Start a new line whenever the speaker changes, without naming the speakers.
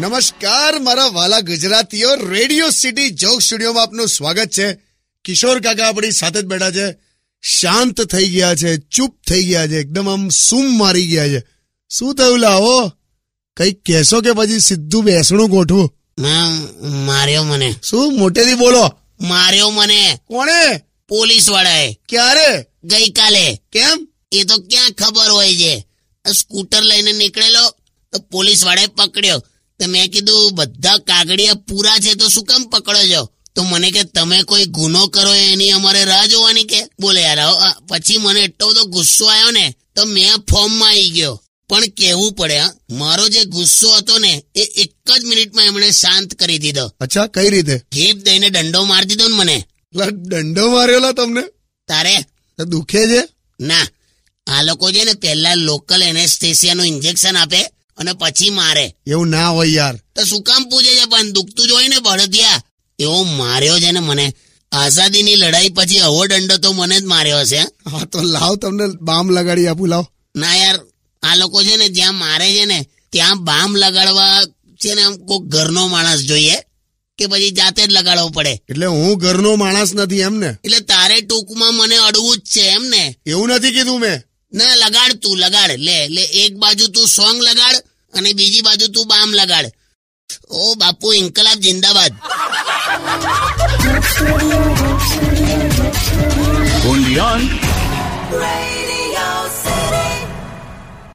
નમસ્કાર મારા વાલા ગુજરાતીઓ રેડિયો સિટી જોક સ્ટુડિયોમાં આપનું સ્વાગત છે કિશોર કાકા આપણી સાથે જ બેઠા છે શાંત થઈ ગયા છે ચૂપ થઈ ગયા છે એકદમ આમ સૂમ મારી ગયા છે શું થયું લાવો કંઈક કહેશો કે પછી સીધું બેસણું ગોઠવું
મેમ માર્યો મને
શું મોટેથી બોલો
માર્યો મને
કોણે
પોલીસ વાળાએ
ક્યારે
ગઈકાલે
કેમ
એ તો ક્યાં ખબર હોય છે આ સ્કૂટર લઈને નીકળેલો તો પોલીસ વાળાએ પકડ્યો તો મેં કીધું બધા કાગળિયા પૂરા છે તો શું કામ પકડો છો તો મને કે તમે કોઈ ગુનો કરો એની અમારે રાહ જોવાની કે બોલે યાર આવો, આ, પછી મને એટલો બધો ગુસ્સો આવ્યો ને તો મેં ફોર્મમાં આવી ગયો પણ કહેવું પડે હા, મારો જે ગુસ્સો હતો ને એ એક જ મિનિટમાં એમણે શાંત કરી દીધો
અચ્છા કઈ રીતે
જીભ દઈને દંડો મારી દીધો ને મને
લા, દંડો માર્યોલા તમને
તારે
તો દુખે છે
ના આ લોકો છે ને પહેલા લોકલ એનેસ્થેસિયાનું ઇન્જેક્શન આપે અને પછી મારે
એવું ના હોય યાર
તો શું કામ પૂછે છે પણ દુખતું જ હોય ને ભડતિયા એવો માર્યો છે ને મને આઝાદીની લડાઈ પછી આવો દંડો તો મને જ માર્યો હશે હે?
હા તો લાવ તમને બામ લગાડી આપું લાવ
ના યાર આ લોકો છે ને જ્યાં મારે છે ને ત્યાં બામ લગાડવા છે ને આમ કોઈક ઘરનો માણસ જોઈએ કે પછી જાતે જ લગાડવો પડે
એટલે હું ઘરનો માણસ નથી એમ ને
એટલે તારે ટૂંકમાં મને અડવું જ છે એમ ને
એવું નથી કીધું મેં
ના લગાડ તું લગાડ લે લે એક બાજુ તું સોંગ લગાડ અને બીજી બાજુ તું બામ લગાડ ઓ બાપુ ઇન્કલાબ જિંદાબાદ
Undian.
Radio